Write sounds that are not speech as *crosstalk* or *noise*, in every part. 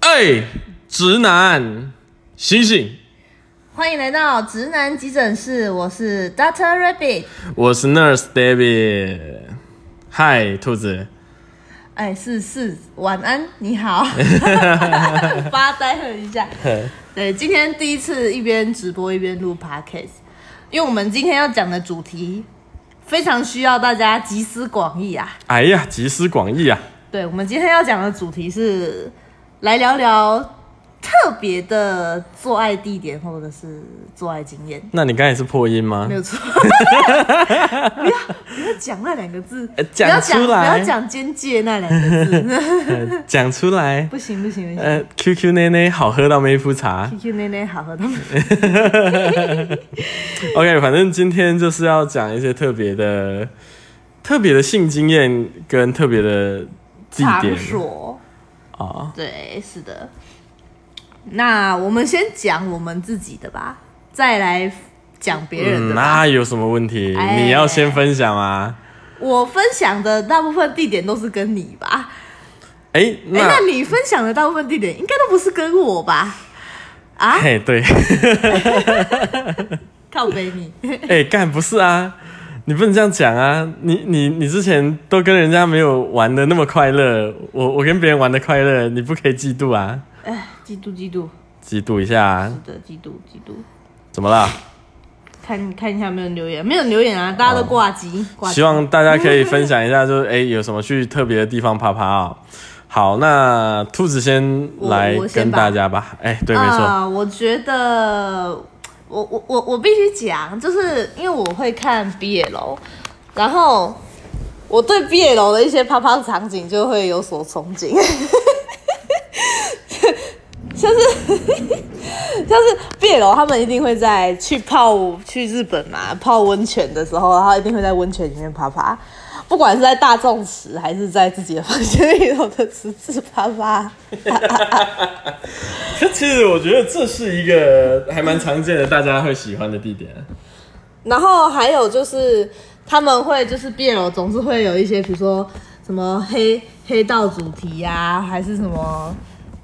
哎、直男，醒醒！欢迎来到直男急诊室，我是 Doctor Rabbit。我是 Nurse David。嗨，兔子，哎，是是，晚安，你好，发呆了一下。对，今天第一次一边直播一边录 podcast，因为我们今天要讲的主题非常需要大家集思广益啊。哎呀，集思广益啊！对，我们今天要讲的主题是来聊聊特别的做爱地点或者是做爱经验。那你刚才是破音吗没？*laughs* 有错，不要不要讲那两个字呃，不要讲出来不要讲间界那两个字，呃讲出来。不行不行不行。呃，QQ 奶奶好喝到妹夫 *laughs* 茶。 Q Q 奶奶好 *laughs* 和他们 OK，反正今天就是要讲一些特别的、特别的性经验跟特别的地场点所，啊。对，是的。那我们先讲我们自己的吧，再来讲别嗯，人的吧。那有什么问题？哎你要先分享吗？我分享的大部分地点都是跟你吧？哎、哎、那那你分享的大部分地点应该都不是跟我吧？啊，嘿，对，靠背你。 *laughs* 哎、干不是啊，你不能这样讲啊！你你你之前都跟人家没有玩的那么快乐，我我跟别人玩的快乐，你不可以嫉妒啊！哎，嫉妒嫉妒，嫉妒一下、啊，是的，嫉妒嫉妒。怎么啦？看看一下有没有人留言，没有人留言啊，大家都挂机。挂机希望大家可以分享一下，就是哎、 *laughs* 有什么去特别的地方爬爬啊、好，那兔子先我来我先跟吧大家吧。哎、对，没错，啊我觉得我我我我必须讲，就是因为我会看 BL，然后我对 BL 的一些啪啪场景就会有所憧憬， *laughs* 像是像是 BL 他们一定会在去泡去日本嘛泡温泉的时候，然后一定会在温泉里面啪啪。不管是在大众池还是在自己的房间里头的池子啪啪，可其实我觉得这是一个还蛮常见的，大家会喜欢的地点。然后还有就是他们会就是 BL 总是会有一些，比如说什么黑黑道主题呀、还是什么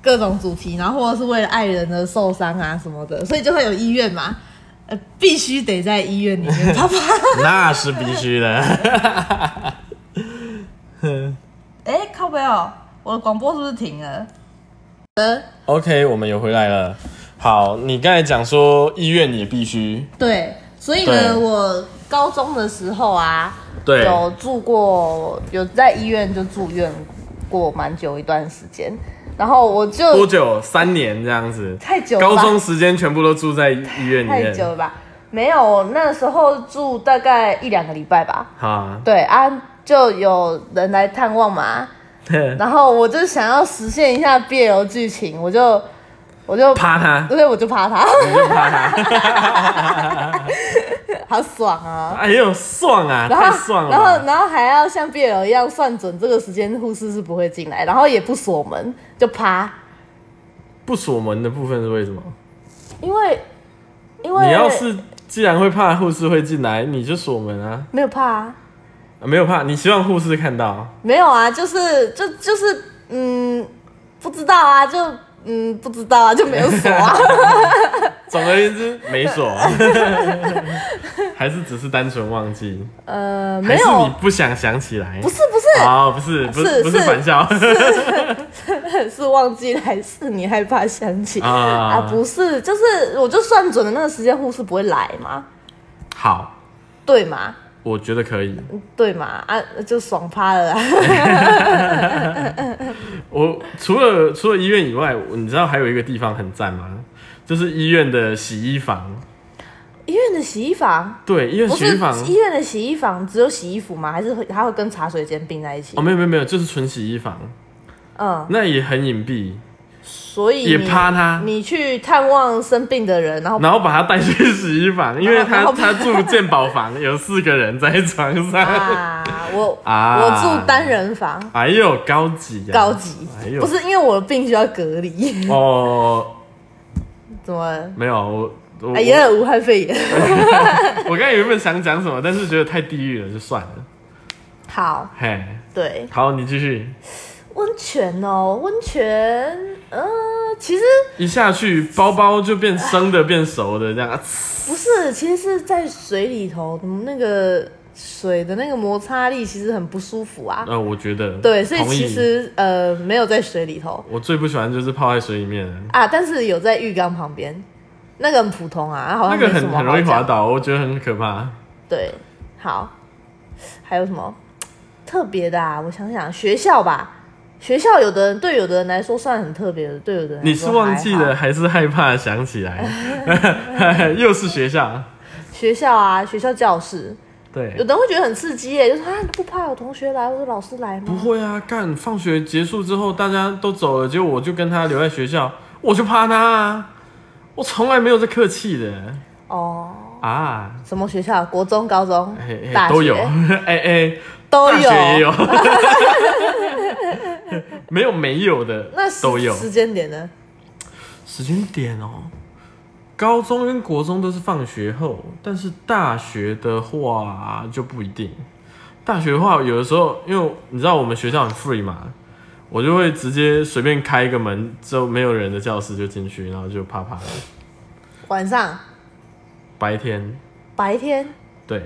各种主题，然后或者是为了爱人的受伤啊什么的，所以就会有医院嘛，呃，必须得在医院里面 *laughs* 啪啪。 *laughs* 那是必须的。哎、靠背哦，我的广播是不是停 *laughs* 了？呃， OK，我们有回来了。好，你刚才讲说医院也必须对，所以对呢，我高中的时候啊，对有住过，有在医院就住院过蛮久一段时间，然后我就多久？三年这样子，太久了高吧中时间全部都住在医院里太久面。了吧？没有，那时候住大概一两个礼拜吧。啊， *laughs* 对啊，就有人来探望嘛，然后我就想要实现一下 BL 剧情，我就我就，趴他，对，我就趴他， *laughs* 你就趴他，好爽啊！哎呦，爽啊，然后太爽了然后吧。然后还要像 BL 一样算准这个时间护士是不会进来，然后也不锁门，就趴，不锁门的部分是为什么？因为因为你要是既然会怕护士会进来，你就锁门啊，没有怕啊啊。没有怕，你希望护士看到。没有啊，就是就就是嗯，不知道啊，就嗯不知道啊，就没有 *laughs* 锁啊。总而言之，没 *laughs* 锁，还是只是单纯忘记，呃，还没是你有，不想想起来？不是不是哦，不是，不是是，不是是返校 *laughs* 是忘记了还是你害怕想起啊啊不是，就是我就算准了那个时间护士不会来嘛，好，对嘛？我觉得可以。对嘛啊，就爽趴了啊！ *laughs* 我除了除了医院以外，你知道还有一个地方很赞吗？就是医院的洗衣房。医院的洗衣房对，医院不洗是衣房。医院的洗衣房只有洗衣服吗？还是会它会跟茶水间并在一起？哦，没有没有没有，就是纯洗衣房，嗯，那也很隐蔽，所以也你趴他你去探望生病的人，然后然后把他带去洗衣房，因为他哦然后他住健保 *laughs* 房，有四个人在床上。啊，我 *laughs* 啊我住单人房，哎呦，高级呀、高级哎，呦不是因为我的病需要隔离， *laughs* 哦，怎么了？没有我我、哎呀，武汉肺 *laughs* 炎。 *laughs* 我我刚才原本想讲什么，但是觉得太地狱了，就算了。好，嘿，对，好，你继续。温泉哦，温泉，嗯、其实一下去包包就变生的变熟的这样，啊呲不是，其实是在水里头，嗯那个水的那个摩擦力其实很不舒服啊。呃，我觉得对，所以同意其实呃没有在水里头我最不喜欢就是泡在水里面了，啊，但是有在浴缸旁边，那个很普通啊，好那像个没什很么很好容易滑讲。倒，我觉得很可怕。对，好，还有什么特别的啊？我想想，学校吧，学校有的人对有的人来说算很特别的，对有的人来你说是忘记还好了还是害怕想起来？ *laughs* 又是学校，学校啊，学校教室，有对，的人会觉得很刺激耶，就是啊你不怕有同学来或者老师来不吗？会啊，干放学结束之后大家都走了，结果我就跟他留在学校，我就怕他啊，我从来没有这客气的哦，啊，什么学校？国中、高中哎、哎大学都有， *laughs* 哎哎，都大有学也有， *laughs* *laughs* 没有没有的，那时都有时间点呢？时间点哦。高中跟国中都是放学后，但是大学的话就不一定。大学的话，有的时候因为你知道我们学校很 free 嘛，我就会直接随便开一个门，之后没有人的教室就进去，然后就啪啪的。晚上、白天，白天，对，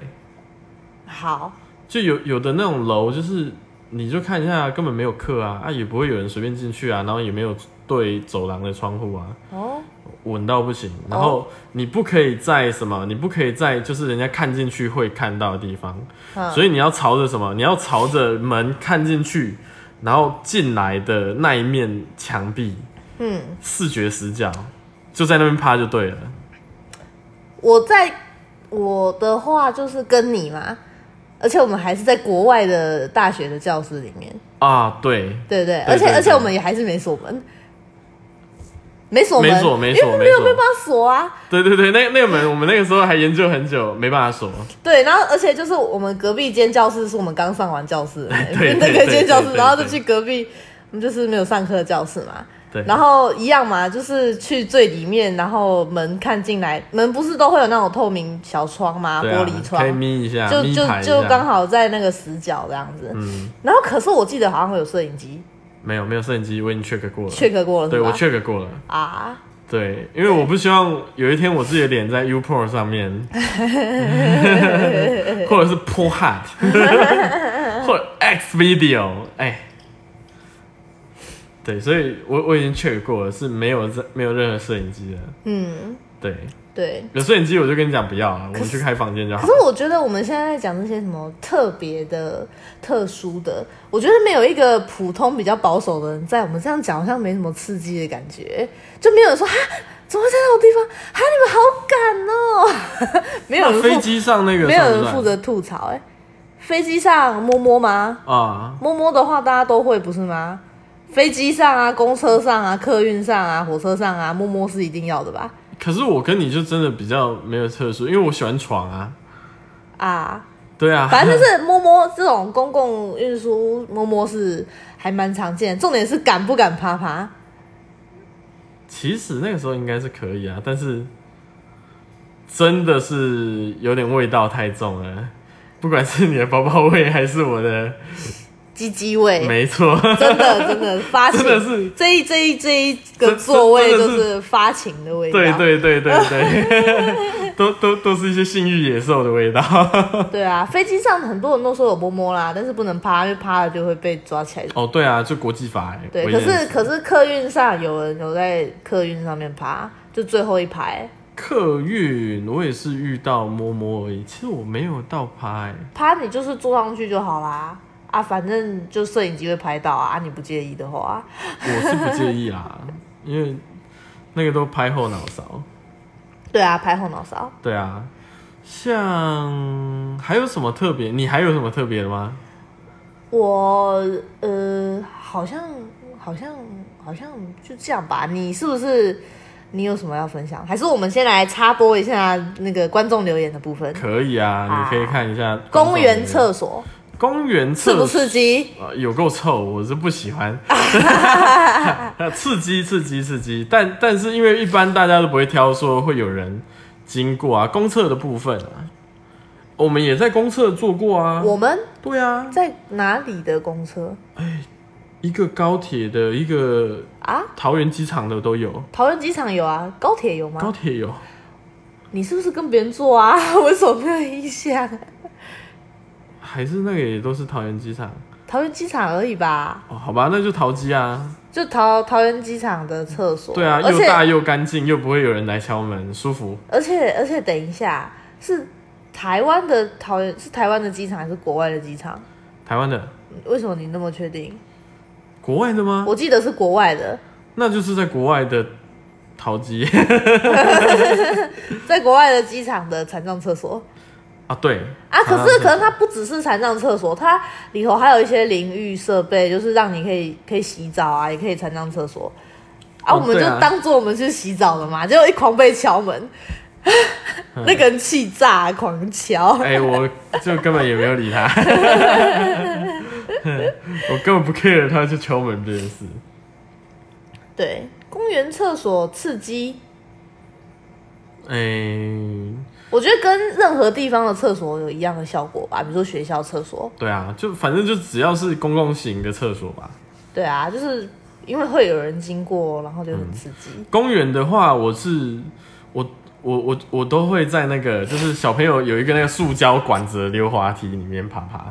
好，就有有的那种楼，就是你就看一下，根本没有课啊，啊也不会有人随便进去啊，然后也没有对走廊的窗户啊，哦，稳到不行，然后你不可以在什么，你不可以在就是人家看进去会看到的地方，嗯所以你要朝着什么，你要朝着门看进去，然后进来的那一面墙壁，嗯，视觉死角，就在那边趴就对了。我在我的话就是跟你嘛，而且我们还是在国外的大学的教室里面，啊，对，对不对？对而且对而且对我们也还是没锁门，没锁门，没锁没锁因为没没锁有没有办法锁啊。对对对，那那个门我们那个时候还研究很久，没办法锁。对，然后而且就是我们隔壁间教室是我们刚上完教室的 *laughs* 对对那个间教室对对，对然后就去隔壁，我们就是没有上课的教室嘛。对， *laughs* 然后一样嘛，就是去最里面，然后门看进来，门不是都会有那种透明小窗吗？对啊玻璃窗可以，眯一下，就眯就牌一就下刚好在那个死角这样子。嗯，然后可是我记得好像有摄影机没有没有摄影机，我已经 check 过了。 ，check 过了对是吧？我 check 过了。啊，对，因为我不希望有一天我自己的脸在 u p o r 上面， *laughs* 或者是 p o r h *laughs* a t 或者 X Video，哎，对，所以我我已经 check 过了，是没有在没有任何摄影机的。嗯，对，对。有摄影机我就跟你讲不要了，我们去开房间就好可是。我觉得我们现在在讲这些什么特别的、特殊的，我觉得没有一个普通比较保守的人在我们这样讲，好像没什么刺激的感觉，就没有人说哈，怎么会在那种地方？哈，你们好敢哦！ *laughs* 没有人那负飞机上那个没有算不人算负责吐槽哎、飞机上摸摸吗？啊，摸摸的话大家都会不是吗？飞机上啊，公车上啊，客运上啊，火车上啊，摸摸是一定要的吧？可是我跟你就真的比较没有特殊，因为我喜欢床啊，啊，对啊，反正就是摸摸这种公共运输摸摸是还蛮常见的，重点是敢不敢啪啪。 *laughs* 其实那个时候应该是可以啊，但是真的是有点味道太重了，不管是你的包包味还是我的，鸡鸡味，没 *laughs* 错，真的 *laughs* 真的发情，真的 *laughs* 是这一这一这一真个真座位真的就是是发情的味道，对对对对对， *laughs* 都都都是一些性欲野兽的味道。 *laughs* 对啊，飞机上很多人都说有摸摸啦，但是不能趴，因为趴了就会被抓起来。哦，对啊，就国际法哎、对，危可险是可是客运上有人有在客运上面趴，就最后一排客运我也是遇到摸摸而已，其实我没有到趴、欸，趴，你就是坐上去就好啦。啊，反正就摄影机会拍到啊，啊你不介意的话，我是不介意啦，因为那个都拍后脑勺。对啊，拍后脑勺。对啊，像还有什么特别？你还有什么特别的吗？我呃，好像好像好像就这样吧。你是不是你有什么要分享？还是我们先来插播一下那个观众留言的部分？可以啊，你可以看一下公园厕，厕所公园刺不厕刺激？呃有够臭，我是不喜 *laughs* 欢，刺激刺激刺激。但但是因为一般大家都不会挑说会有人经过啊，公厕的部分啊，我们也在公厕做过啊。我们对啊，在哪里的公车一个高铁的一个啊？桃园机场的都有，桃园机场有啊，高铁有吗？高铁有，你是不是跟别人坐啊？ *laughs* 我怎么没啊有印象？还是那个也都是桃园机场桃园机场而已吧，哦？好吧，那就桃机啊。就桃桃园机场的厕所。对啊，而又且大又干净，又不会有人来敲门，舒服。而且而且，等一下，是台湾的桃园是台湾的机场还是国外的机场？台湾的，为什么你那么确定？国外的吗？我记得是国外的，那就是在国外的桃机 *laughs* 在国外的机场的残障厕所啊，对啊。可残障厕所是可能它不只是残障厕所，它里头还有一些淋浴设备，就是让你可以可以洗澡啊，也可以残障厕所。啊，哦我们就对啊当做我们去洗澡了嘛，结果一狂被敲门，嗯那个人气炸，狂 *laughs* 敲。哎、我就根本也没有理 *laughs* 他，我根本不 care 他去敲门这件事。对，公园厕所刺激，哎、我觉得跟任何地方的厕所有一样的效果吧，比如说学校厕所。对啊，就反正就只要是公共型的厕所吧。对啊，就是因为会有人经过，然后就很刺激。公园的话，我是我我我我都会在那个就是小朋友有一个那个塑胶管子的溜滑梯里面爬爬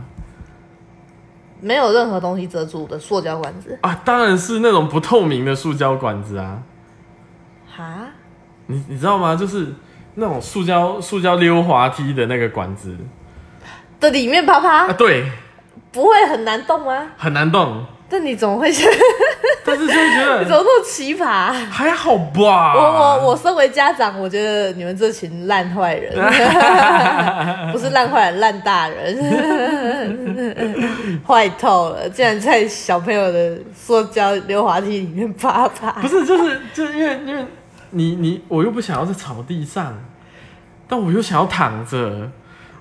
没有任何东西遮住的塑胶管子。啊，当然是那种不透明的塑胶管子啊。哈，你你知道吗？就是那种塑胶塑胶溜滑梯的那个管子的里面啪啊，啪对，不会很难动吗？很难动，但你怎么会 *laughs* 觉得你但是就会觉怎 *laughs* 得么那么奇葩？还好吧。我我我身为家长，我觉得你们这群烂坏 *laughs* 人，不是烂坏人，烂大人， *laughs* 坏透了！竟然在小朋友的塑胶溜滑梯里面啪啪不，是就是就是因为因为你你我又不想要在草地上，但我又想要躺着，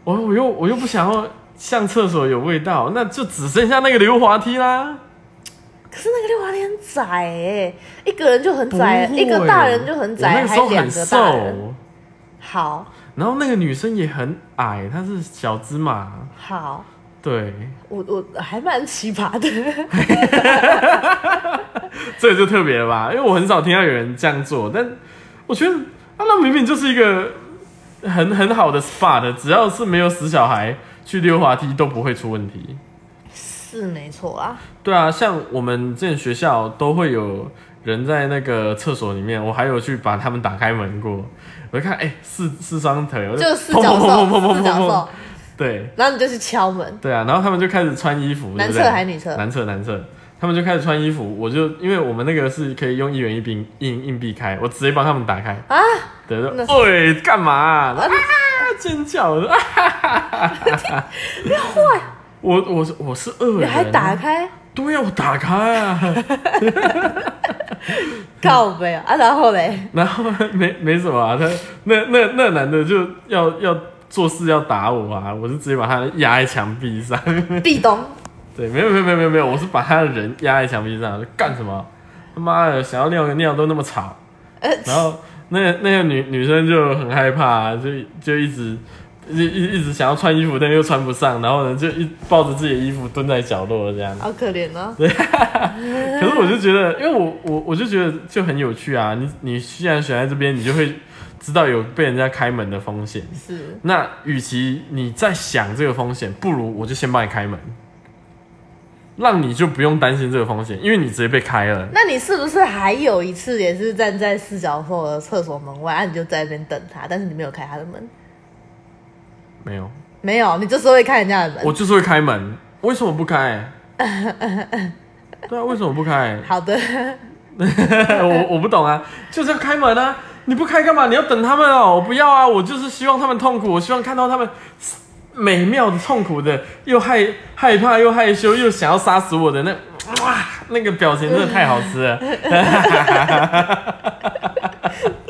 我我又我又不想要上厕所有味道，那就只剩下那个溜滑梯啦。可是那个溜滑梯很窄哎、一个人就很不窄，会一个大人就很我窄，那个还时候两很个大人。瘦，好然后那个女生也很矮，她是小芝麻，好，对，我我还蛮奇葩 *laughs* 的，这个就特别了吧？因为我很少听到有人这样做，但我觉得啊，那明明就是一个很很好的 spot，只要是没有死小孩去溜滑梯都不会出问题。是没错啊。对啊，像我们之前学校都会有人在那个厕所里面，我还有去把他们打开门过，我就看哎、四四双腿， *laughs* 我就是四角兽，四角兽，，对然后你就去敲门，对啊，然后他们就开始穿衣服，对男不对厕还女厕男厕男厕，他们就开始穿衣服，我就因为我们那个是可以用一元一币硬硬币开，我直接帮他们打开啊，对，就那喂干嘛啊、啊尖叫我说啊哈哈哈 *laughs* 哈！我我是我是恶你人，啊还打开，对呀、我打开啊。 *laughs* 靠背啊，啊然后嘞，然后没没什么啊，他那那那男的就要要做事要打我啊，我就直接把他压在墙壁上。壁咚，对，没有没有没有没有没有，我是把他的人压在墙壁上，就干什么？他妈的，想要尿个尿都那么吵。呃，然后那个那个女女生就很害怕、就就一直。一一一直想要穿衣服，但又穿不上，然后呢，就一抱着自己的衣服蹲在角落这样。好可怜 *laughs* 哦，可是我就觉得，因为我我我就觉得就很有趣啊！你你既然选在这边，你就会知道有被人家开门的风险。是那与其你在想这个风险，不如我就先帮你开门，让你就不用担心这个风险，因为你直接被开了。那你是不是还有一次也是站在四角兽的厕所门外，啊，你就在那边等他，但是你没有开他的门，没有，没有，你就是会开人家的门。我就是会开门，为什么不开？对啊，为什么不开？ *laughs* 好的，我我不懂啊，就是要开门啊！你不开干嘛？你要等他们哦！我不要啊！我就是希望他们痛苦，我希望看到他们美妙的痛苦的，又害害怕又害羞又想要杀死我的那哇，那个表情真的太好吃了！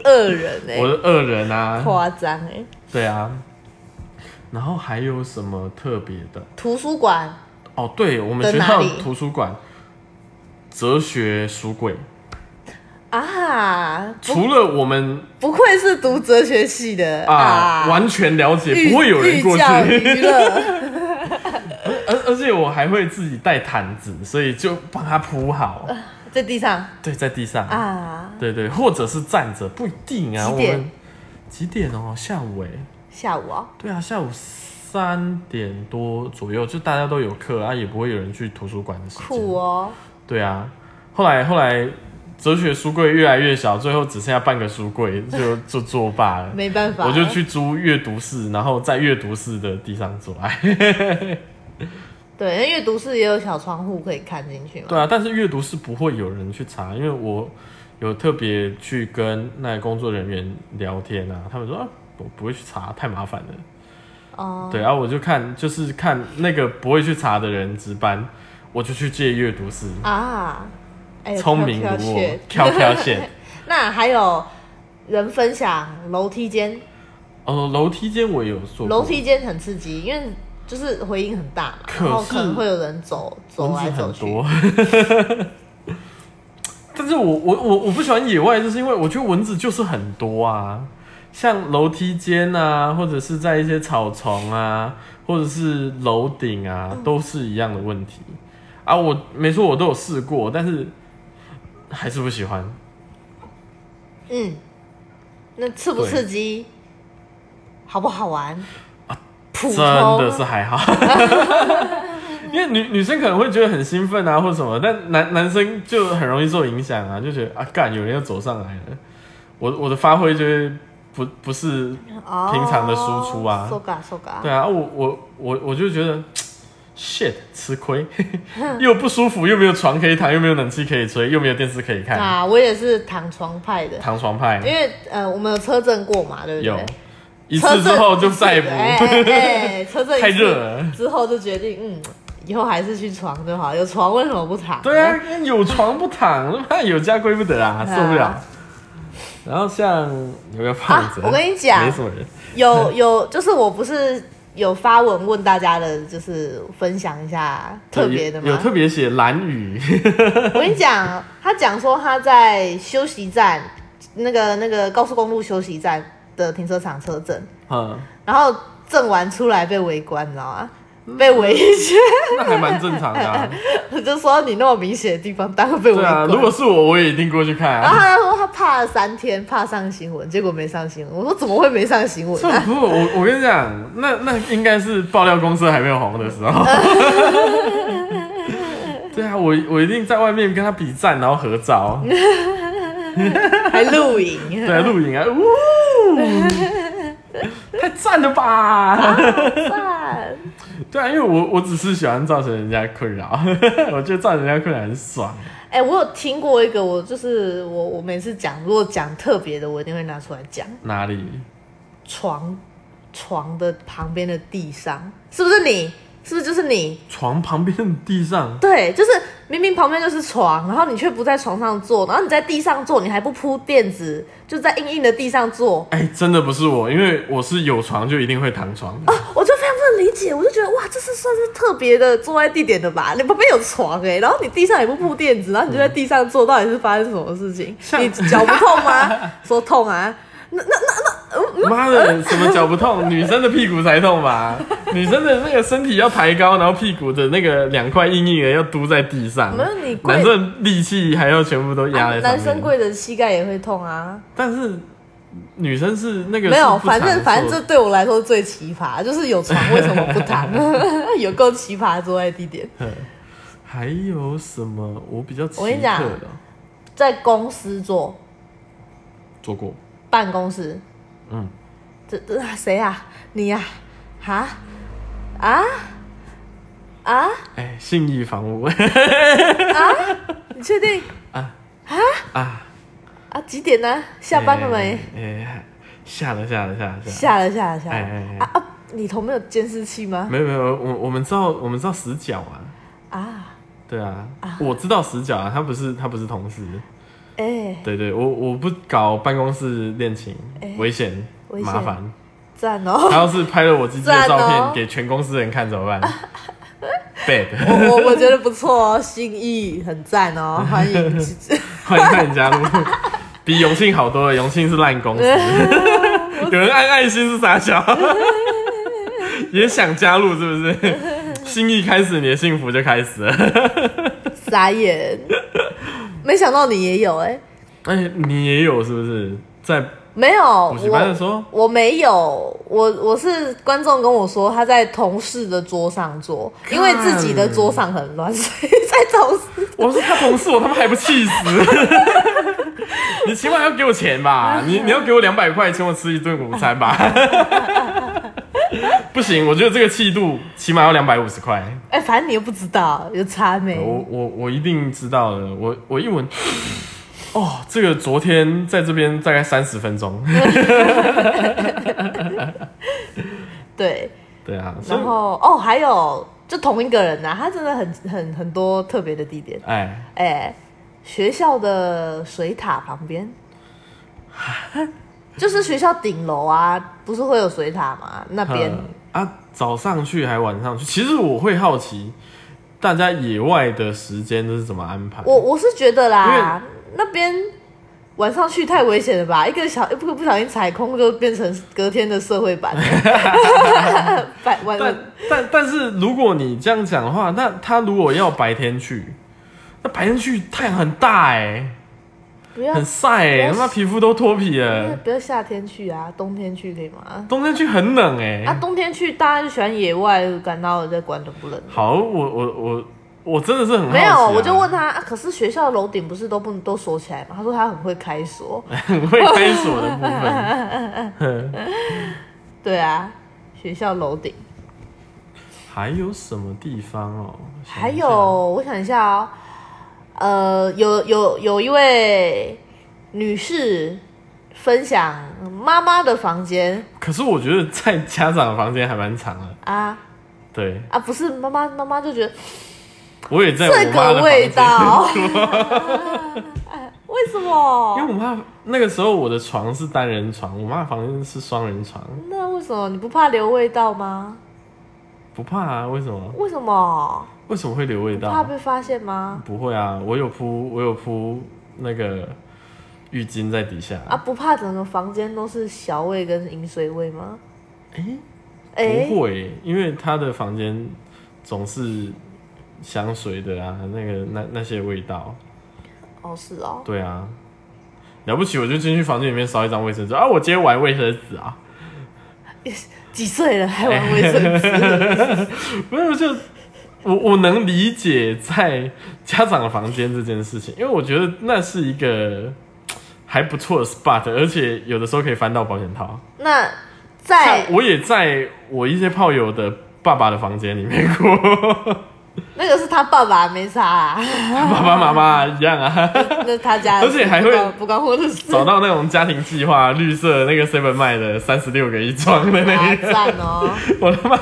恶人哎、我的恶人啊，夸张哎，对啊。然后还有什么特别的？图书馆哦，对我们在学哪校里图书馆哲学书柜，啊，不除了我们不愧是读哲学系的啊完全了解，寓不会有人寓过去。教于 *laughs* 乐，而而且我还会自己带毯子，所以就帮他铺好。在地上对，在地上，呃啊，对对，或者是站着，不一定啊。几我点们几点哦？下午哎、下午哦，对啊，下午三点多左右，就大家都有课啊，也不会有人去图书馆的时间。酷哦，对啊，后来后来哲学书柜越来越小，最后只剩下半个书柜，就就作罢了。没办法，我就去租阅读室，然后在阅读室的地上做爱。 *laughs* 对，因为阅读室也有小窗户可以看进去嘛。对啊，但是阅读室不会有人去查，因为我有特别去跟那工作人员聊天啊，他们说啊，我不会去查，太麻烦了。哦、对，然、后我就看，就是看那个不会去查的人值班，我就去借阅读室。啊，哎呦聪明哦跳跳如我屑，飘 *laughs* 飘线。那还有人分享楼梯间，哦，楼梯间我也有做过楼梯间很刺激，因为就是回音很大嘛，可然后可能是会有人走走蚊来子走很去。多。 *laughs* 但是我我我我不喜欢野外，就是因为我觉得蚊子就是很多啊，像楼梯间啊，或者是在一些草丛啊，或者是楼顶嗯啊，都是一样的问题啊。我没错，我都有试过，但是还是不喜欢。嗯，那刺不刺激？好不好玩？普啊真通啊的是还好， *laughs* 因为女女生可能会觉得很兴奋啊，或什么，但男男生就很容易受影响啊，就觉得啊，干有人要走上来了，我我的发挥就会不不是，哦平常的输出啊，so ga so ga，对啊，我我我我就觉得 shit 吃亏， *laughs* 又不舒服，又没有床可以躺，又没有冷气可以吹，又没有电视可以看，啊，我也是躺床派的，躺床因派为呃，我们有车震过嘛，对不有对？一车次之震后一就次再也 *laughs* 不哎哎 *laughs* 哎车震一太次热了，之后就决定，嗯，以后还是去床就好，有床为什么不躺？对啊，，有床不躺，那有家归不得啊， *laughs* 受不了。然后像有个胖子，啊我跟你讲没什么人，有有，就是我不是有发文问大家的，就是分享一下特别的有有吗？特别写蓝雨， *laughs* 我跟你讲，他讲说他在休息站，那个那个高速公路休息站的停车场车震，嗯，然后震完出来被围观，你知道吗？被围一圈，那还蛮正常的、啊。 *laughs* 我就说你那么明显的地方，当然被围对观。啊，如果是我，我也一定过去看、然后啊。他说他怕了三天，怕上新闻，结果没上新闻。我说怎么会没上新闻这 *laughs* 啊？ *laughs* 不，我我跟你讲，那那应该是爆料公司还没有红的时候。 *laughs* 对啊，我我一定在外面跟他比赞，然后合 *laughs* 照，还露营？ *laughs* 对，录影啊，呜，太赞了吧！赞对啊，因为我我只是喜欢造成人家困扰， *laughs* 我觉得造成人家困扰很爽。哎、我有听过一个，我就是我，我每次讲，如果讲特别的，我一定会拿出来讲。哪里？床床的旁边的地上，是不是你？是不是就是你？床旁边的地上， *laughs* 对，就是明明旁边就是床，然后你却不在床上坐，然后你在地上坐，你还不铺垫子，就在硬硬的地上坐。哎、真的不是我，因为我是有床就一定会躺床的。我就非常不能理解，我就觉得哇，这是算是特别的坐在地点的吧？你旁边有床哎、然后你地上也不铺垫子，然后你就在地上坐，到底是发生什么事情？像你脚不痛吗？ *laughs* 说痛啊，妈的，什么脚不痛，女生的屁股才痛 *laughs* 吧？女生的那个身体要抬高，然后屁股的那个两块硬硬的要嘟在地上没。有你跪男生的力气还要全部都压在上面。啊男生，跪着膝盖也会痛啊。但是女生是那个没有，是不常反正反正做这对我来说最奇葩，就是有床为什么不 *laughs* 躺？ *laughs* 有够奇葩坐在地点，还有什么我比较奇我跟你讲特的在公司坐做过？办公室，嗯，这这谁啊？你呀、啊？啊啊啊！哎、信义房屋 *laughs* 你确定啊。啊？几点呢、下班了没？哎、哎下了下了下了下了。下了下了下了、哎哎哎啊啊！你头没有监视器吗？没有没有，我我们知道我们知道死角啊，啊，对啊，我知道死角啊，他不是他不是同事，哎、对对，我我不搞办公室恋情，危险哎危险麻烦，赞哦！ *laughs* 他要是拍了我自己的照赞哦片给全公司人看怎么办？bad，我我我觉得不错哦，心意很赞哦，欢迎。 *laughs* 欢迎欢迎加入，比永庆好多了，永庆是烂公司，有人按爱心是傻小， *laughs* 也想加入是不是？心意开始，你的幸福就开始了。傻眼。没想到你也有哎、哎、你也有是不是？在没有，补习班的我时候，我没有，我我是观众跟我说他在同事的桌上做，因为自己的桌上很乱， *laughs* 所以在同事。我是他同事，我他妈还不气死！ *laughs* 你起码要给我钱吧，你你要给我两百块，请我吃一顿午餐吧。 *laughs* 不行，我觉得这个气度起码要两百五十块。哎、反正你又不知道，有差没？我我我一定知道的，我我一闻，哦，这个昨天在这边大概三十分钟。对，对啊，所以然后哦，还有就同一个人呐、啊，他真的很很很多特别的地点。哎，哎、学校的水塔旁边，就是学校顶楼啊，不是会有水塔吗？那边呃啊，早上去还晚上去，其实我会好奇，大家野外的时间都是怎么安排？我我是觉得啦，那边晚上去太危险了吧？一个小不不小心踩空就变成隔天的社 *laughs* 会版，百万但但但是如果你这样讲的话，那他如果要白天去，那白天去太阳很大哎、不要很呃晒哎、我他妈皮肤都脱皮了。不要夏天去啊，冬天去可以吗？冬天去很冷哎、啊，冬天去大家就喜欢野外，感到在关冷不冷？好，我我我我真的是很好奇没啊、有，我就问他、啊，可是学校楼顶不是都不能都锁起来吗？他说他很会开锁。很 *laughs* 会飞索的部分。对啊，学校楼顶。还有什么地方哦？想一下还有，我想一下哦，呃，有有有一位女士分享妈妈的房间可是我觉得在家长的房间还蛮长的。啊对，啊，不是妈妈，妈妈就觉得我也在我这妈的个房味间。道，为什因为么？我妈那个时候我的床是单人床，我妈的房间是双人床，那为什么你不怕留味道吗？不怕啊？为什么？为什么？为什么会留味怕道？被发现吗？不会啊，我有铺，我有铺那个浴巾在底下。啊，不怕整个房间都是小味跟饮水味吗？诶哎、不会，因为她的房间总是香水的啊，那个那那些味道。哦是哦，对啊，了不起，我就进去房间里面烧一张卫生纸啊！我今天玩卫生纸啊， *laughs* 几岁了还玩卫生纸？不是，就我我能理解在家长的房间这件事情，因为我觉得那是一个还不错的 spot，而且有的时候可以翻到保险套。那在像我也在我一些炮友的爸爸的房间里面过，那个是他爸爸没啥、啊， *laughs* 爸爸妈妈一样啊， *laughs* 那是他家的而事，且还会不关不关我的事，找到那种家庭计划，绿色那个 seven 卖的三十六个一装的那啊个。赞 *laughs* 哦！我他妈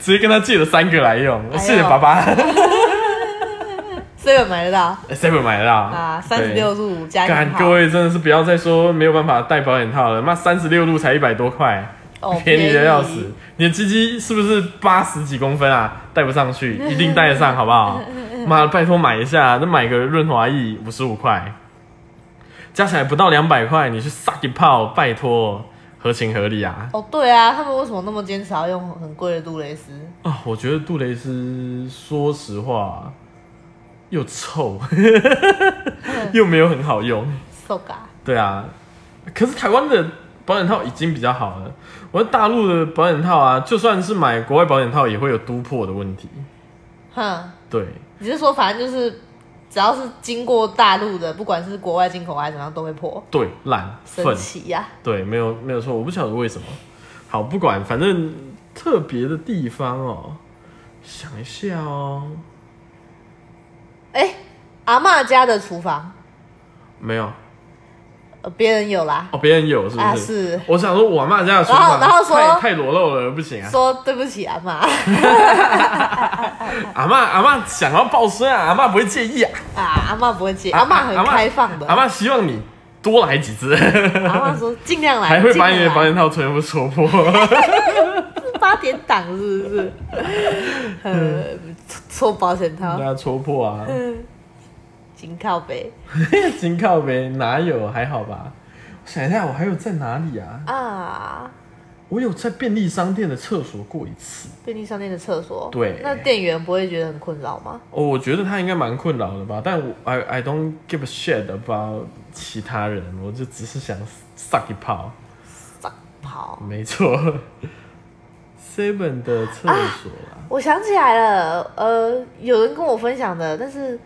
直接跟他借了三个来用，哎呦谢谢爸 *laughs* 爸。这个买得到 seven 买得到啊，三十六。入加对干引，号各位真的是不要再说没有办法戴保险套了，妈三十六度才一百多块，哦，便宜的要便死宜。。你的鸡鸡是不是八十几公分啊？戴不上 *laughs* 去，一定戴得上，好不好？妈，拜托买一下，那买个润滑液五十五块，加起来不到两百块，你去撒一炮，拜托，合情合理啊。哦，对啊，他们为什么那么坚持要用很贵的杜蕾斯？啊，我觉得杜蕾斯说实话又臭， *laughs* 又没有很好用。 so ga，对啊，可是台湾的保险套已经比较好了。我在大陆的保险套啊，就算是买国外保险套，也会有督破的问题。哼，对，你是说反正就是只要是经过大陆的，不管是国外进口还是怎么样，都会破，对，烂神粪，奇呀、对，没有没有错，我不晓得为什么。好，不管，反正特别的地方哦，想一下哦，哎、阿嬷家的厨房，没有呃，别人有啦，哦，别人有是不是？啊是我想说，我妈家的厨然后房然后说太太裸露了，不行啊！说对不起阿嬷。阿妈阿妈想要抱孙啊，阿妈不会介意啊。啊，阿嬷不会接，啊阿嬷很阿嬷开放的。阿妈希望你多来几只，阿嬷说 *laughs* 尽量来，还会把你的尽量来保险套全部戳 *laughs* 破。八点档是 *laughs* 不是？呃，抽保险套，那戳破啊， *laughs* 紧靠背紧靠呗，哪有还好吧？我想一下，我还有在哪里啊？啊。我有在便利商店的厕所过一次。便利商店的厕所，对那店员不会觉得很困扰吗？哦，我觉得他应该蛮困扰的吧，但我 I I don't give a shit about 其他人，我就只是想 suck 一炮。撒跑，没错，Seven 的厕所啊啦，我想起来了，呃，有人跟我分享的，但是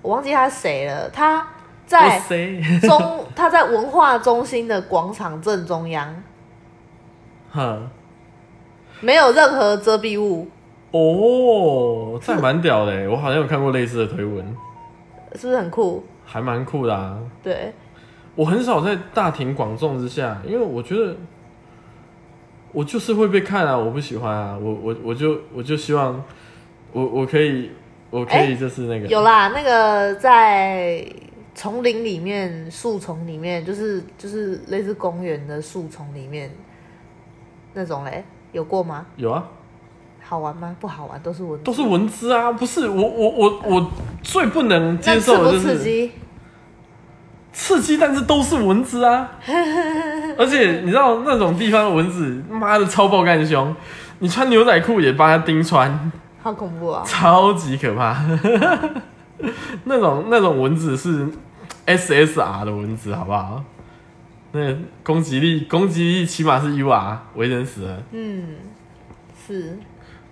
我忘记他是谁了。他哇在塞，中，他在文化中心的广场正中央，哈，没有任何遮蔽物，哦，这还蛮屌的欸，我好像有看过类似的推文，是不是很酷？还蛮酷的啊。对，我很少在大庭广众之下，因为我觉得我就是会被看啊，我不喜欢啊，我我我就我就希望我我可以我可以就是那个、有啦，那个在丛林里面，树丛里面，就是就是类似公园的树丛里面那种嘞，有过吗？有啊，好玩吗？不好玩，都是蚊子。都是蚊子啊，不是我我我我最不能那接刺受的不就刺是激？刺激，但是都是蚊子 *laughs* 啊，而且你知道那种地方的蚊子，妈的超爆干凶，你穿牛仔裤也帮它盯穿。好恐怖啊！超级可怕。 *laughs* 那种那种蚊子是 SSR 的蚊子，好不好？那攻击力攻击力起码是 UR，为人死了。嗯，是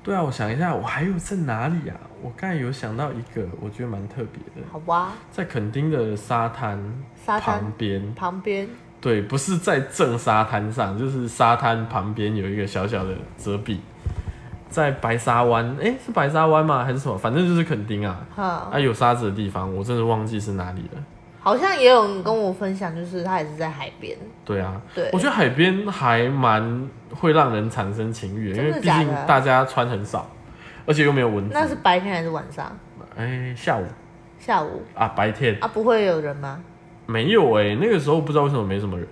对啊，我想一下，我还有在哪里啊？我刚才有想到一个，我觉得蛮特别的，好吧？在垦丁的沙滩沙滩旁边，旁边对，不是在正沙滩上，就是沙滩旁边有一个小小的遮蔽，在白沙湾，诶，是白沙湾吗？还是什么？反正就是垦丁啊。哈，啊，有沙子的地方，我真的忘记是哪里了。好像也有人跟我分享，就是他也是在海边，对啊，对我觉得海边还蛮会让人产生情欲的，因真的为毕假竟的大家穿很少，而且又没有蚊子。那是白天还是晚上？哎、下午下午啊，白天啊，不会有人吗？没有哎、那个时候不知道为什么没什么人，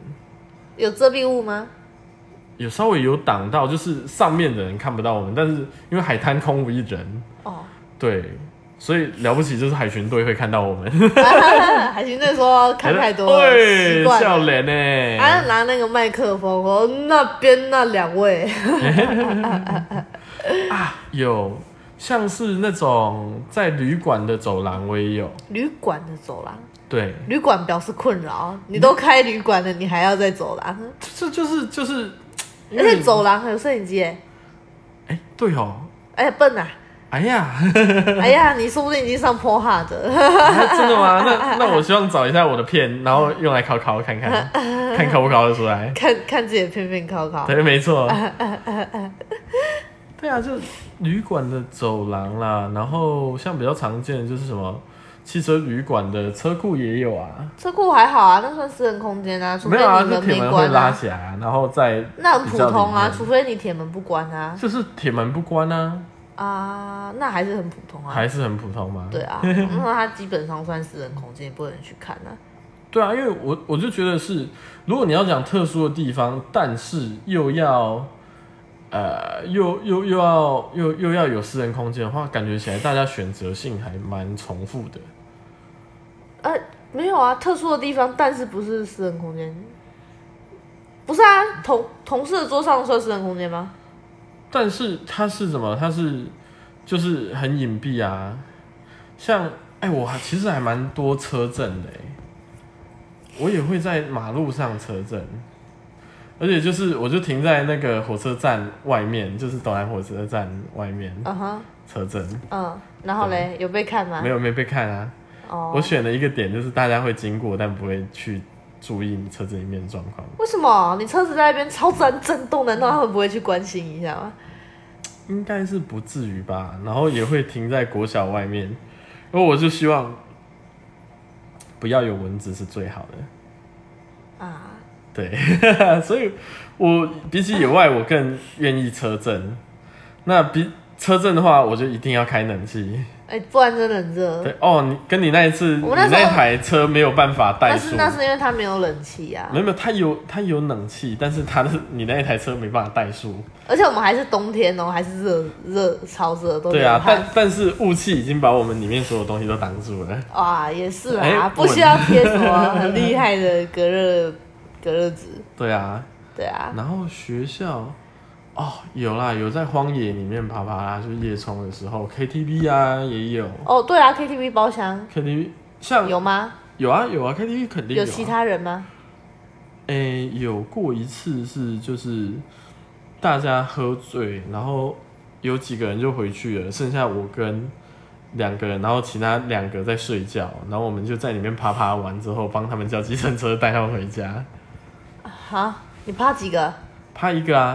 有遮蔽物吗？有稍微有挡到，就是上面的人看不到我们，但是因为海滩空无一人，哦，对，所以了不起就是海巡队会看到我们。 *laughs* 海巡队说 *laughs* 看太多了，习哎，惯笑了。啊脸欸呢？还要拿那个麦克风哦，那边那两位， *laughs* 有，像是那种在旅馆的走廊，我也有。旅馆的走廊，对，旅馆表示困扰，你都开旅馆了，你还要在走廊，这就是就是，因而为且走廊还有摄影机耶，哎、对哦，哎、*laughs* 笨啊！哎呀，哎哎呀，你说不定已经上坡哈的， *laughs* 真的吗？那那我希望找一下我的片，然后用来考考看看，看考不考得出来。看看自己的片片考考。对，没错。对啊，就旅馆的走廊啦，然后像比较常见的就是什么汽车旅馆的车库也有啊，车库还好啊，那算私人空间啊，除没非有啊，你就门铁没门会关拉啊。起来啊，然后再那很比普较里通啊，面除非你铁门不关啊就是铁门不关啊，啊，那还是很普通啊。还是很普通嘛。对 *laughs* 啊，那它基本上算私人空间，也不能去看啊。对啊，因为我我就觉得是，如果你要讲特殊的地方，但是又要，呃，又又又要又又要有私人空间的话，感觉起来大家选择性还蛮重复的。呃，没有啊，特殊的地方，但是不是私人空间？不是啊，同同事的桌上算私人空间吗？但是它是什么？它是就是很隐蔽啊，像哎、我还其实还蛮多车震的、欸，我也会在马路上车震，而且就是我就停在那个火车站外面，就是斗南火车站外面嗯哼，车震，嗯，然后嘞，有被看吗没？有没被看啊。哦我，选了一个点就是大家会经过，但不会去注意你车子里面的状况。为什么你车子在那边超自然震动？难道他们不会去关心一下吗？应该是不至于吧，然后也会停在国小外面，因为我就希望不要有蚊子是最好的。啊，对， *laughs* 所以我比起野外，我更愿意车震。那比车震的话，我就一定要开冷气。哎、不然真的很热。对哦，你跟你那一次，我那你时候那台车没有办法但怠是速。那是因为它没有冷气啊没，有没有，它有它有冷气，但是它的你那一台车没办法怠速。而且我们还是冬天哦、还是热热超热都对流啊，汗但。但是雾气已经把我们里面所有东西都挡住了。 *laughs* 哇，也是 *laughs* 啊，哎不需要贴什么很厉害的隔热隔热纸。对啊，对啊，然后学校哦有啦，有在荒野里面爬爬啦，就是夜冲的时候，KTV 啊也有哦对啊，KTV 包厢 KTV，像有吗？有啊有啊 KTV 肯定有啊其他人吗？诶、有过一次是就是大家喝醉，然后有几个人就回去了，剩下我跟两个人，然后其他两个在睡觉，然后我们就在里面爬爬完之后，帮他们叫计程车带他们回家。啊，你趴几个趴一个啊！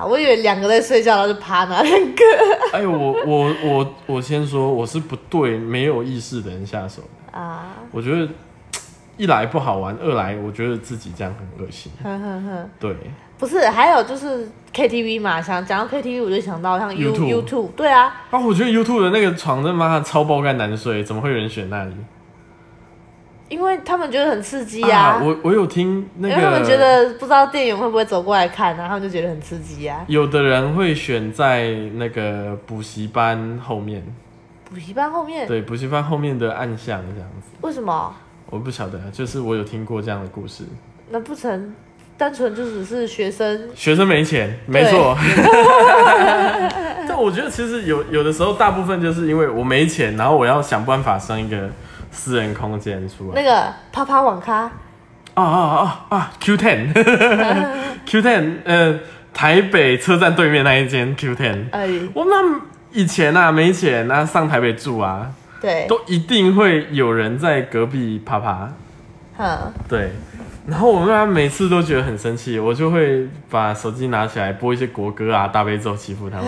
啊？我以为两个在睡觉，然后就趴哪两个。 *laughs* 哎，我我我我先说，我是不对没有意识的人下手。啊，我觉得一来不好玩，二来我觉得自己这样很恶心。哼哼哼，对，不是，还有就是 KTV 嘛，想讲到 KTV 我就想到像 You YouTube YouTube，对啊，啊，我觉得 YouTube 的那个床真的妈的超爆肝难睡，怎么会有人选那里？因为他们觉得很刺激啊我我有听那因为他们觉个，得不知道店员会不会走过来看、然后他们就觉得很刺激啊。有的人会选在那个补习班后面，补习班后面对，补习班后面的暗巷这样子。为什么？我不晓得，就是我有听过这样的故事。那不成单纯就只是学生？学生没钱，没 *laughs* 错。但我觉得其实有有的时候，大部分就是因为我没钱，然后我要想办法生一个私人空间出来那。个啪啪网咖，啊啊啊啊！Q Ten，Q Ten，呃，台北车站对面那一间 Q Ten。哎，我那以前啊，没钱啊，上台北住啊，对，都一定会有人在隔壁爬爬。哼，对，然后我妈每次都觉得很生气，我就会把手机拿起来播一些国歌啊、大悲咒欺负他们。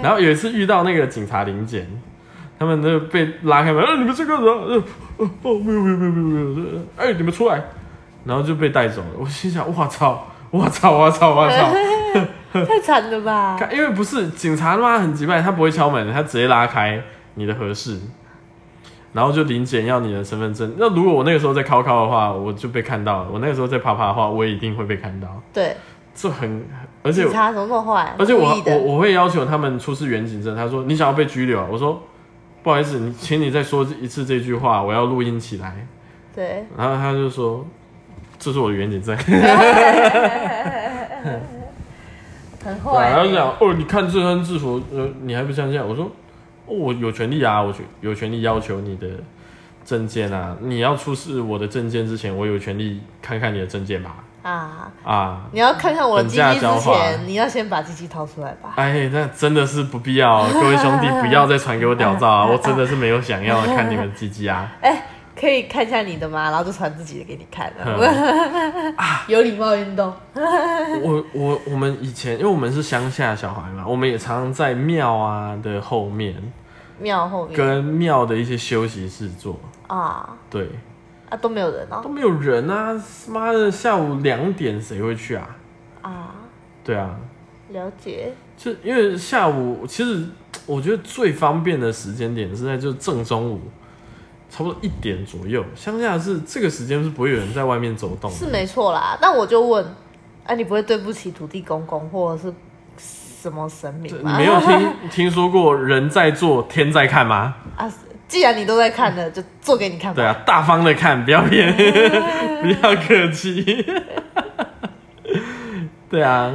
然后有一次遇到那个警察临检，他们就被拉开门，呃，你们这个人，呃，哦，哦没有没有没有没有没有，哎、你们出来，然后就被带走了。我心想，我操，我操，我操，我操。 *laughs* 太惨了吧？看因为不是警察他妈很急败，他不会敲门，他直接拉开你的合适，然后就临检要你的身份证。那如果我那个时候在考考的话，我就被看到了；我那个时候在爬爬的话，我也一定会被看到。对，这很， *laughs* 而且警察怎么那么坏？啊而且故我意的我我会要求他们出示原警证。他说你想要被拘留啊，我说不好意思，你请你再说一次这句话，我要录音起来。对，然后他就说这是我的原警证，很坏然后就讲哦，你看这身制服，呃，你还不相信啊？我说、哦我有权利啊，我去有权利要求你的证件啊。你要出示我的证件之前，我有权利看看你的证件吧。啊！啊，你要看看我的等鸡价鸡交之换前，你要先把鸡鸡掏出来吧。哎，那真的是不必要，各位兄弟不要再传给我屌照啊！我真的是没有想要看你们鸡鸡啊。可以看一下你的吗？然后就传自己的给你看嗯了。有礼貌运动，我我我们以前，因为我们是乡下小孩嘛，我们也常常在庙啊的后面庙后面跟庙的一些休息室坐，啊对。啊都没有人都哦没有人啊！妈的，下午两点谁会去啊？啊，对啊，了解。就因为下午其实我觉得最方便的时间点是在就正中午，差不多一点左右。乡下是这个时间是不会有人在外面走动的。是没错啦，但我就问，哎、你不会对不起土地公公或者是什么神明对你吗？没有听听说过人在做天在看吗？啊，既然你都在看了，就做给你看吧。对啊，大方的看，不要骗，不要客气。对啊，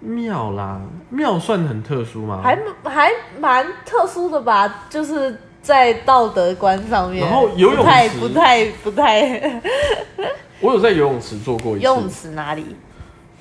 庙啦，庙算很特殊吗？还还蛮特殊的吧，就是在道德观上面，然后游泳池不太不太不太我有在游泳池做过一次，游泳池哪里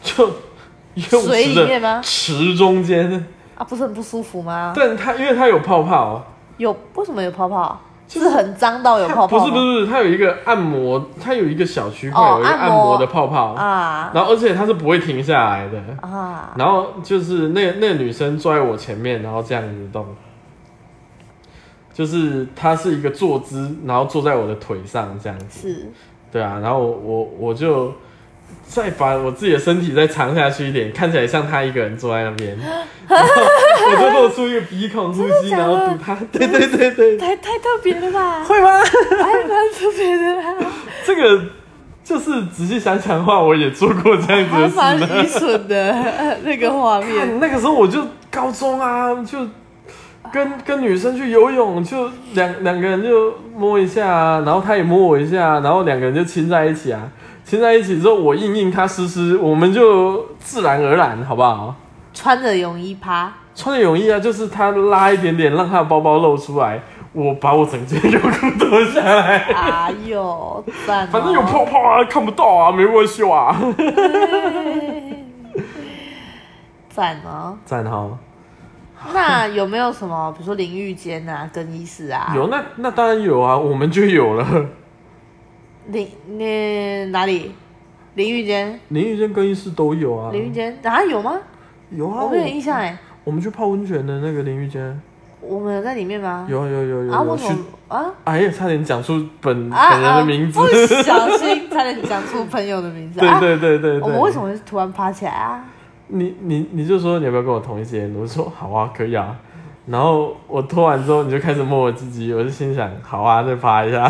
就游泳水池里面的吗？池中间，啊，不是很不舒服吗？但它因为它有泡泡，有为什么有泡泡？是很脏到有泡泡不吗？是不是不是，它有一个按摩，它有一个小区块、哦有一个按按摩摩的泡泡，啊然后而且它是不会停下来的，啊，然后就是那那个女生坐在我前面，然后这样子动。就是她是一个坐姿，然后坐在我的腿上这样子，是对啊，然后我我我就再把我自己的身体再藏下去一点，看起来像他一个人坐在那 *laughs* 边，然后我就露出一个鼻孔呼吸，真的假然的后堵他。 *laughs* 对对对对，，太太特别了吧 *laughs* 会吗？还蛮特别的啦，这个就是仔细想想的话，我也做过这样子还的事蛮愚呢。蠢的那个画面。那个时候我就高中啊，就吧。跟跟女生去游泳，就两两个人就摸一下、啊，然后她也摸我一下，啊然后两个人就亲在一起啊，亲在一起之后我硬硬，她湿湿，我们就自然而然，好不好？穿着泳衣趴，穿着泳衣啊，就是她拉一点点，让她的包包露出来，我把我整件泳裤脱下来，哎呦，赞、哦！反正有泡泡啊，看不到啊，没关系啊，赞哦。赞哈。那有没有什么，比如说淋浴间啊、更衣室啊？有那那当然有啊，我们就有了。淋那哪里？淋浴间，淋浴间、更衣室都有啊。淋浴间啊有吗？有啊，我没有印象哎，我们去泡温泉的那个淋浴间，我们有在里面吗？有有有有啊，有为去什么。啊？哎呀，差点讲出本、啊本人啊！的名 *laughs* 字。不小心差点讲出朋友的名字。 *laughs* 对啊，对对对对。我们为什么会突然爬起来啊？你你你就说你要不要跟我同一间？我就说好啊，可以啊。然后我脱完之后，你就开始摸我自己，我就心想好啊，再趴一下。 *laughs*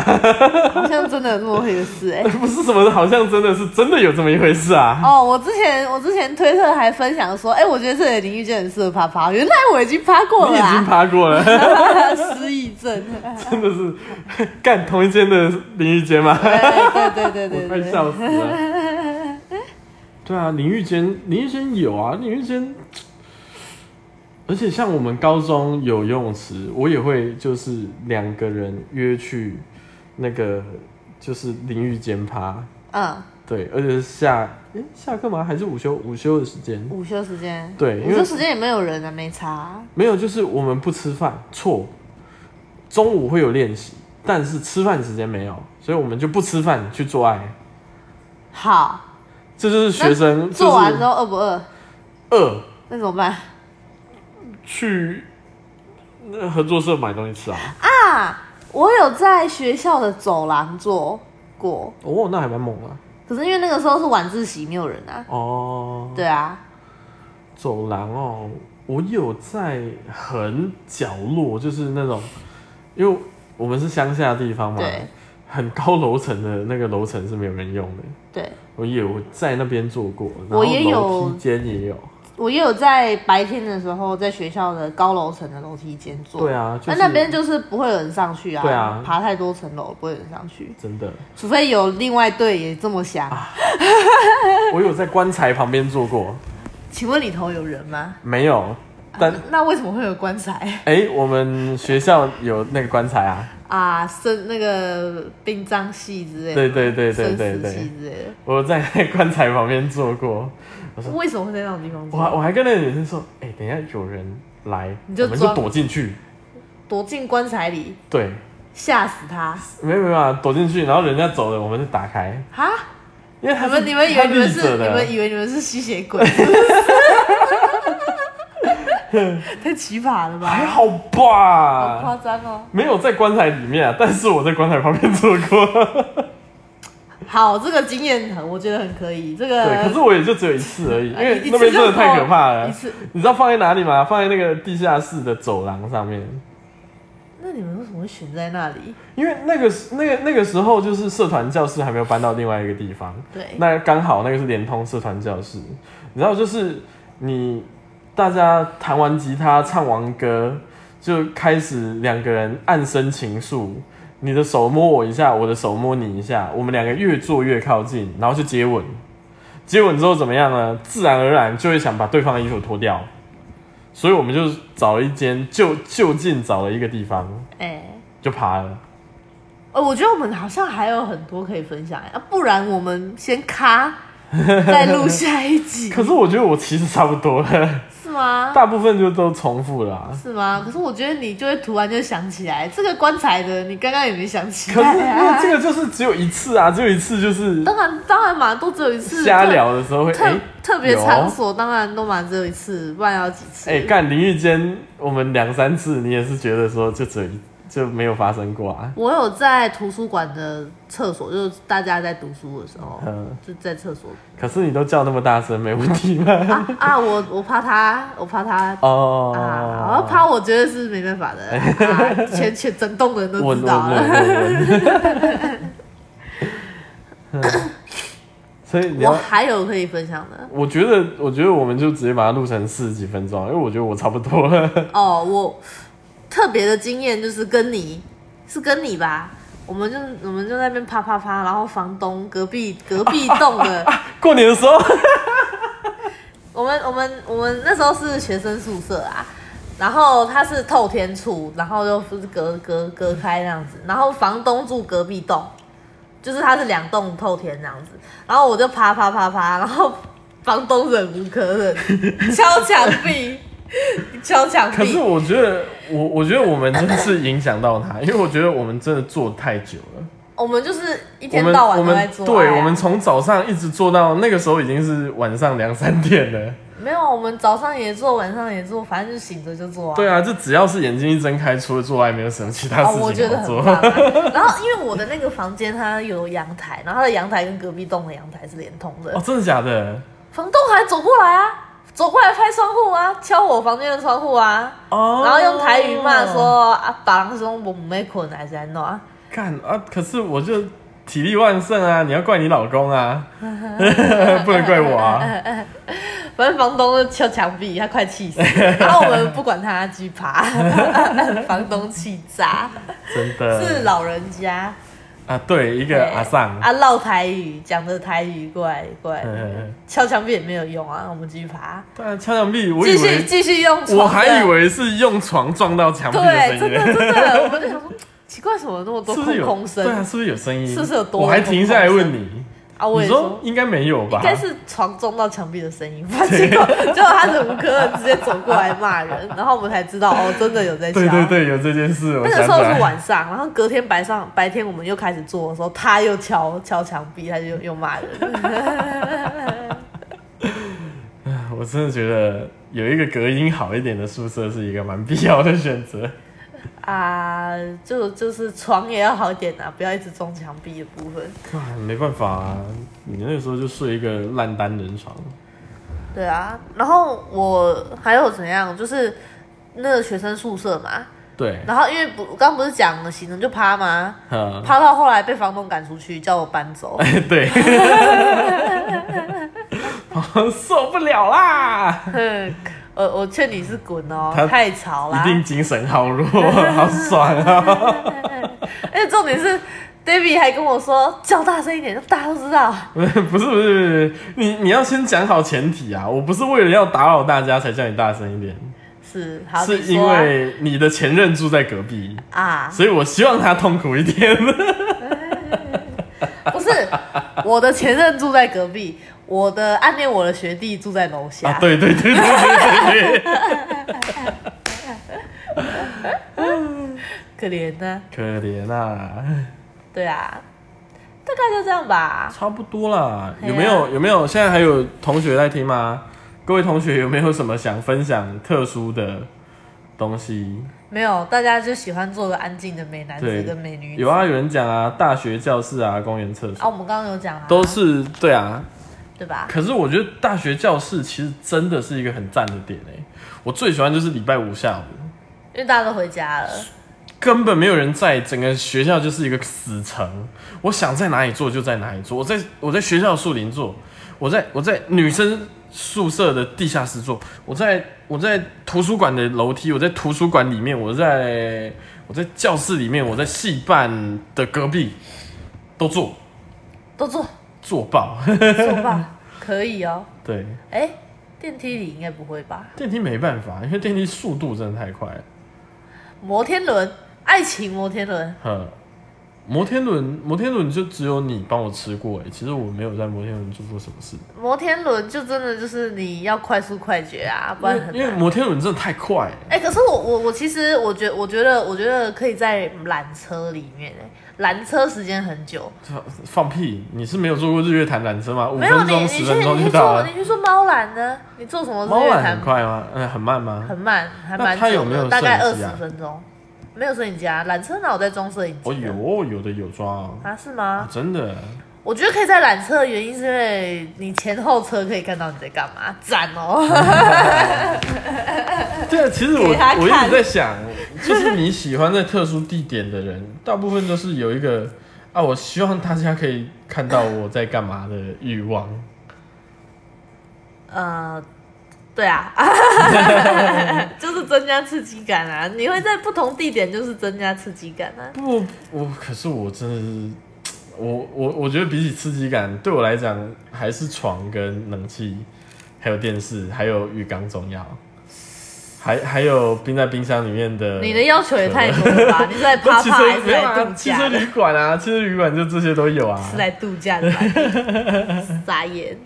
好像真的有这么回事哎、不是什么，好像真的是真的有这么一回事啊。哦，我之前我之前推特还分享说，哎、我觉得这里的淋浴间很适合趴趴，原来我已经趴过你了已经啊，趴过了， *laughs* *laughs* 失忆症。真的是干同一间的淋浴间吗？哎对对对对我对快对。笑死了。对啊，淋浴间，淋浴间有啊，淋浴间。而且像我们高中有游泳池，我也会就是两个人约去那个就是淋浴间趴，嗯，对，而且是下诶、下课吗？还是午休？午休的时间午休时间。对因午为休时间也没有人啊，没差啊。没有，就是我们不吃饭，错。中午会有练习，但是吃饭时间没有，所以我们就不吃饭去做爱。好，这就是学生就是做完之后饿不饿？饿那怎么办去那合作社买东西吃啊。啊？我有在学校的走廊做过，哦，那还蛮猛的。可是因为那个时候是晚自习，没有人啊。哦，对啊，走廊哦，我有在很角落，就是那种，因为我们是乡下地方嘛对，很高楼层的那个楼层是没有人用的。对，我有在那边做过，然后我也有哦楼梯间也有。我也有在白天的时候在学校的高楼层的楼梯间做。对啊，就那是、那边就是不会有人上去啊，对啊爬太多层楼不会有人上去，真的，除非有另外队也这么想。啊我有在棺材旁边做过，请问里头有人吗？啊没有。 *laughs* 但那为什么会有棺材哎、我们学校有那个棺材啊，啊？生那个殡葬系之类的，对对对对对生死对系，之类的，我在 *laughs* 那棺材旁边坐过， *laughs* 为什么会在那种地方我还做？我还跟那个女生说，哎、等一下有人来，你就我们就装躲进去，躲进棺材里对，吓死他没有没有啊，躲进去，然后人家走了，我们就打开，哈！因为他是你们你们以为你们他立是着你的，们以为你们是吸血 *laughs* 鬼，太奇葩了还吧？好好吧，夸张哦！没有在棺材里面啊，但是我在棺材旁边坐 *laughs* 过，好，这个经验很，我觉得很可以。这个对，可是我也就只有一次而已，因呃为一那边真的太可怕一了。次就够一次，你知道放在哪里吗？放在那个地下室的走廊上面，那你们为什么会选在那里？因为那个那个那个时候就是社团教室还没有搬到另外一个地方，对，那刚好那个是联通社团教室，你知道就是你大家弹完吉他唱完歌，就开始两个人暗生情愫，你的手摸我一下，我的手摸你一下，我们两个越坐越靠近，然后就接吻。接吻之后怎么样呢？自然而然就会想把对方的衣服脱掉，所以我们就找了一间就就近找了一个地方哎、就爬了。呃，我觉得我们好像还有很多可以分享、欸，啊，不然我们先 *laughs* 咔，再录下一集，可是我觉得我其实差不多了，是 *laughs* 吗？大部分就都重复了啊、是吗？可是我觉得你就会突然就想起来这个棺材的，你刚刚也没想起可是来、因为啊。这个就是只有一次啊，只有一次就是 *laughs* 当然，当然嘛，都只有一次。瞎聊的时候会特特、哎特别有场所，当然都嘛只有一次，不然要几次？哎干淋浴间，我们两三次你也是觉得说就只有一就没有发生过啊，我有在图书馆的厕所，就是大家在读书的时候，嗯，就在厕所可是你都叫那么大声，没问题吗？ *laughs* 啊啊！我我怕他，我怕他哦，啊！然后趴，我觉得是没办法的，啊、全全整栋的人都稳稳知道稳了。稳稳。 *coughs* 嗯所以你 *laughs* 要，我还有可以分享的我觉得，啊我觉得我们就直接把它录成四十几分钟，因为我觉得我差不多了。哦，我特别的经验就是跟你是跟你吧，我们就我们就在那边啪啪啪，然后房东隔壁隔壁 *laughs* 栋的，过年的时候，我们我们我们那时候是学生宿舍啊，然后它是透天处，然后又是隔隔隔开那样子，然后房东住隔壁栋，就是它是两栋透天那样子，然后我就啪啪啪啪，然后房东忍无可忍，敲墙壁， *laughs* 敲墙可是壁，我觉得我我觉得我们真的是影响到他，因 *laughs* 为我觉得我们真的做太久了。我们就是一我天们到晚我都在们做、爱对，啊我们从早上一直做到那个时候已经是晚上两三点了。没有，我们早上也做，晚上也做，反正就醒着就做啊。对啊，这只要是眼睛一睁开，除了做爱没有什么其他哦，我事觉情得好很做。棒、啊。然后，因为我的那个房间它有阳台，然后它的阳台跟隔壁栋的阳台是连通的。哦，真的假的？房东还走过来啊，走过来拍窗户啊，敲我房间的窗户啊，哦，然后用台语骂说啊，把人说我没困还是安啊。干啊！可是我就体力旺盛啊，你要怪你老公啊， *laughs* 不能怪我 *laughs* 啊。反正房东就敲墙壁，他快气死了。 *laughs* 然后我们不管他，继续爬。 *laughs* 房东气炸，真的是老人家。啊，对，一个对阿尚，啊，唠台语，讲的台语过来过来嗯，敲墙壁也没有用啊，我们继续爬，对啊，敲墙壁，我以继续为继续用床的。我还以为是用床撞到墙壁的对，声真音的呢，真的，我们就想说，奇怪，什么那么 *laughs* 多是不是有空空对啊，声是不是有声音？是不是有多我还空停下来空问声你，啊？我你也说说。应该没有吧？应该是床撞到墙壁的声音 *laughs* 吧，结果结果他忍无可忍，直接走过来骂人，然后我们才知道哦，真的有在敲。对对对，有这件事，我那想个时起候来是晚上，然后隔天白上白天我们又开始做的时候，他又敲敲墙壁，他就又又骂人。我真的觉得有一个隔音好一点的宿舍是一个蛮必要的选择。 *laughs* 啊，就就是床也要好一点啊，不要一直撞墙壁的部分。哇，没办法啊，你那个时候就睡一个烂单人床。对啊，然后我还有怎样，就是那个学生宿舍嘛，对，然后因为不我刚不是讲了行程就趴吗？嗯，趴到后来被房东赶出去，叫我搬走。 *laughs* *laughs* 对， *laughs* 受不了啦！哼我呃我劝你是滚哦 *laughs* 他，太吵啦一。定精神好弱，好爽啊！而且重点是，David 还跟我说叫大声一点，大家都知道。 *laughs* 不是不是不是，你你要先讲好前提啊！我不是为了要打扰大家才叫你大声一点，是好，是你因说啊为你的前任住在隔壁，啊，所以我希望他痛苦一 *laughs* 点。不是，我的前任住在隔壁，我的暗恋我的学弟住在楼下。啊，对对对对对 *laughs* 对对。可怜呢、可怜啊，对啊，大概就这样吧。差不多啦。哎呀有没有有没有？现在还有同学在听吗？各位同学有没有什么想分享特殊的东西？没有，大家就喜欢做个安静的美男子对跟美女子。有啊，有人讲啊，大学教室啊，公园厕所啊，我们刚刚有讲啊，都是对啊。对吧？可是我觉得大学教室其实真的是一个很赞的点诶、我最喜欢就是礼拜五下午，因为大家都回家了，根本没有人在，整个学校就是一个死城。我想在哪里坐就在哪里坐，我在我在学校的树林坐，我在我在女生宿舍的地下室坐，我在我在图书馆的楼梯，我在图书馆里面，我在我在教室里面，我在戏办的隔壁都坐 *laughs* 都坐坐爆。坐吧，可以哦。对，哎，电梯里应该不会吧？电梯没办法，因为电梯速度真的太快了。摩天轮，爱情摩天轮，呵，嗯摩天轮摩天轮就只有你帮我吃过哎、其实我没有在摩天轮做过什么事。摩天轮就真的就是你要快速快捷啊，不因然为很因为难。摩天轮真的太快欸了，哎、可是我我我其实我觉我觉得我觉得可以在缆车里面哎、缆车时间很久，放屁！你是没有坐过日月潭缆车吗？五没有分你，钟、你十去分钟你就去到做了你。去做猫缆呢？你做什么日啊猫月缆潭很？快吗？嗯，很慢吗？很慢，还蛮那它有久没有的，大概摄二影机十啊分钟。没有摄影机啊，缆车哪有在装摄影机哦，的？有哦有的有装哦、啊？是吗？真的。我觉得可以在缆车的原因是因为你前后车可以看到你在干嘛，赞哦！对啊，其实我给他看我一直在想，就是你喜欢在特殊地点的人，大部分都是有一个啊，我希望大家可以看到我在干嘛的欲望。呃，*laughs* 对啊，就是增加刺激感啊！你会在不同地点就是增加刺激感啊。不，我可是我真的是，我我我觉得比起刺激感，对我来讲还是床跟冷气，还有电视，还有浴缸重要，还还有冰在冰箱里面的。你的要求也太多了吧？你是来不 *laughs* 啪汽啪车还是没有来啊，度汽假车的？旅馆啊，汽车旅馆就这些都有啊 *laughs* 是。来度假的吧？ *laughs* 傻眼。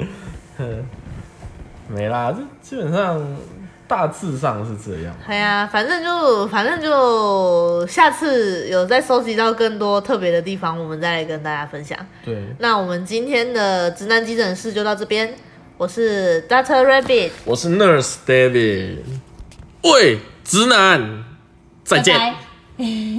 没啦，这基本上大致上是这样。哎呀，反正就反正就下次有再收集到更多特别的地方，我们再来跟大家分享。对，那我们今天的直男急诊室就到这边，我是 Doctor Rabbit，我是 Nurse David。喂，直男，再见。拜拜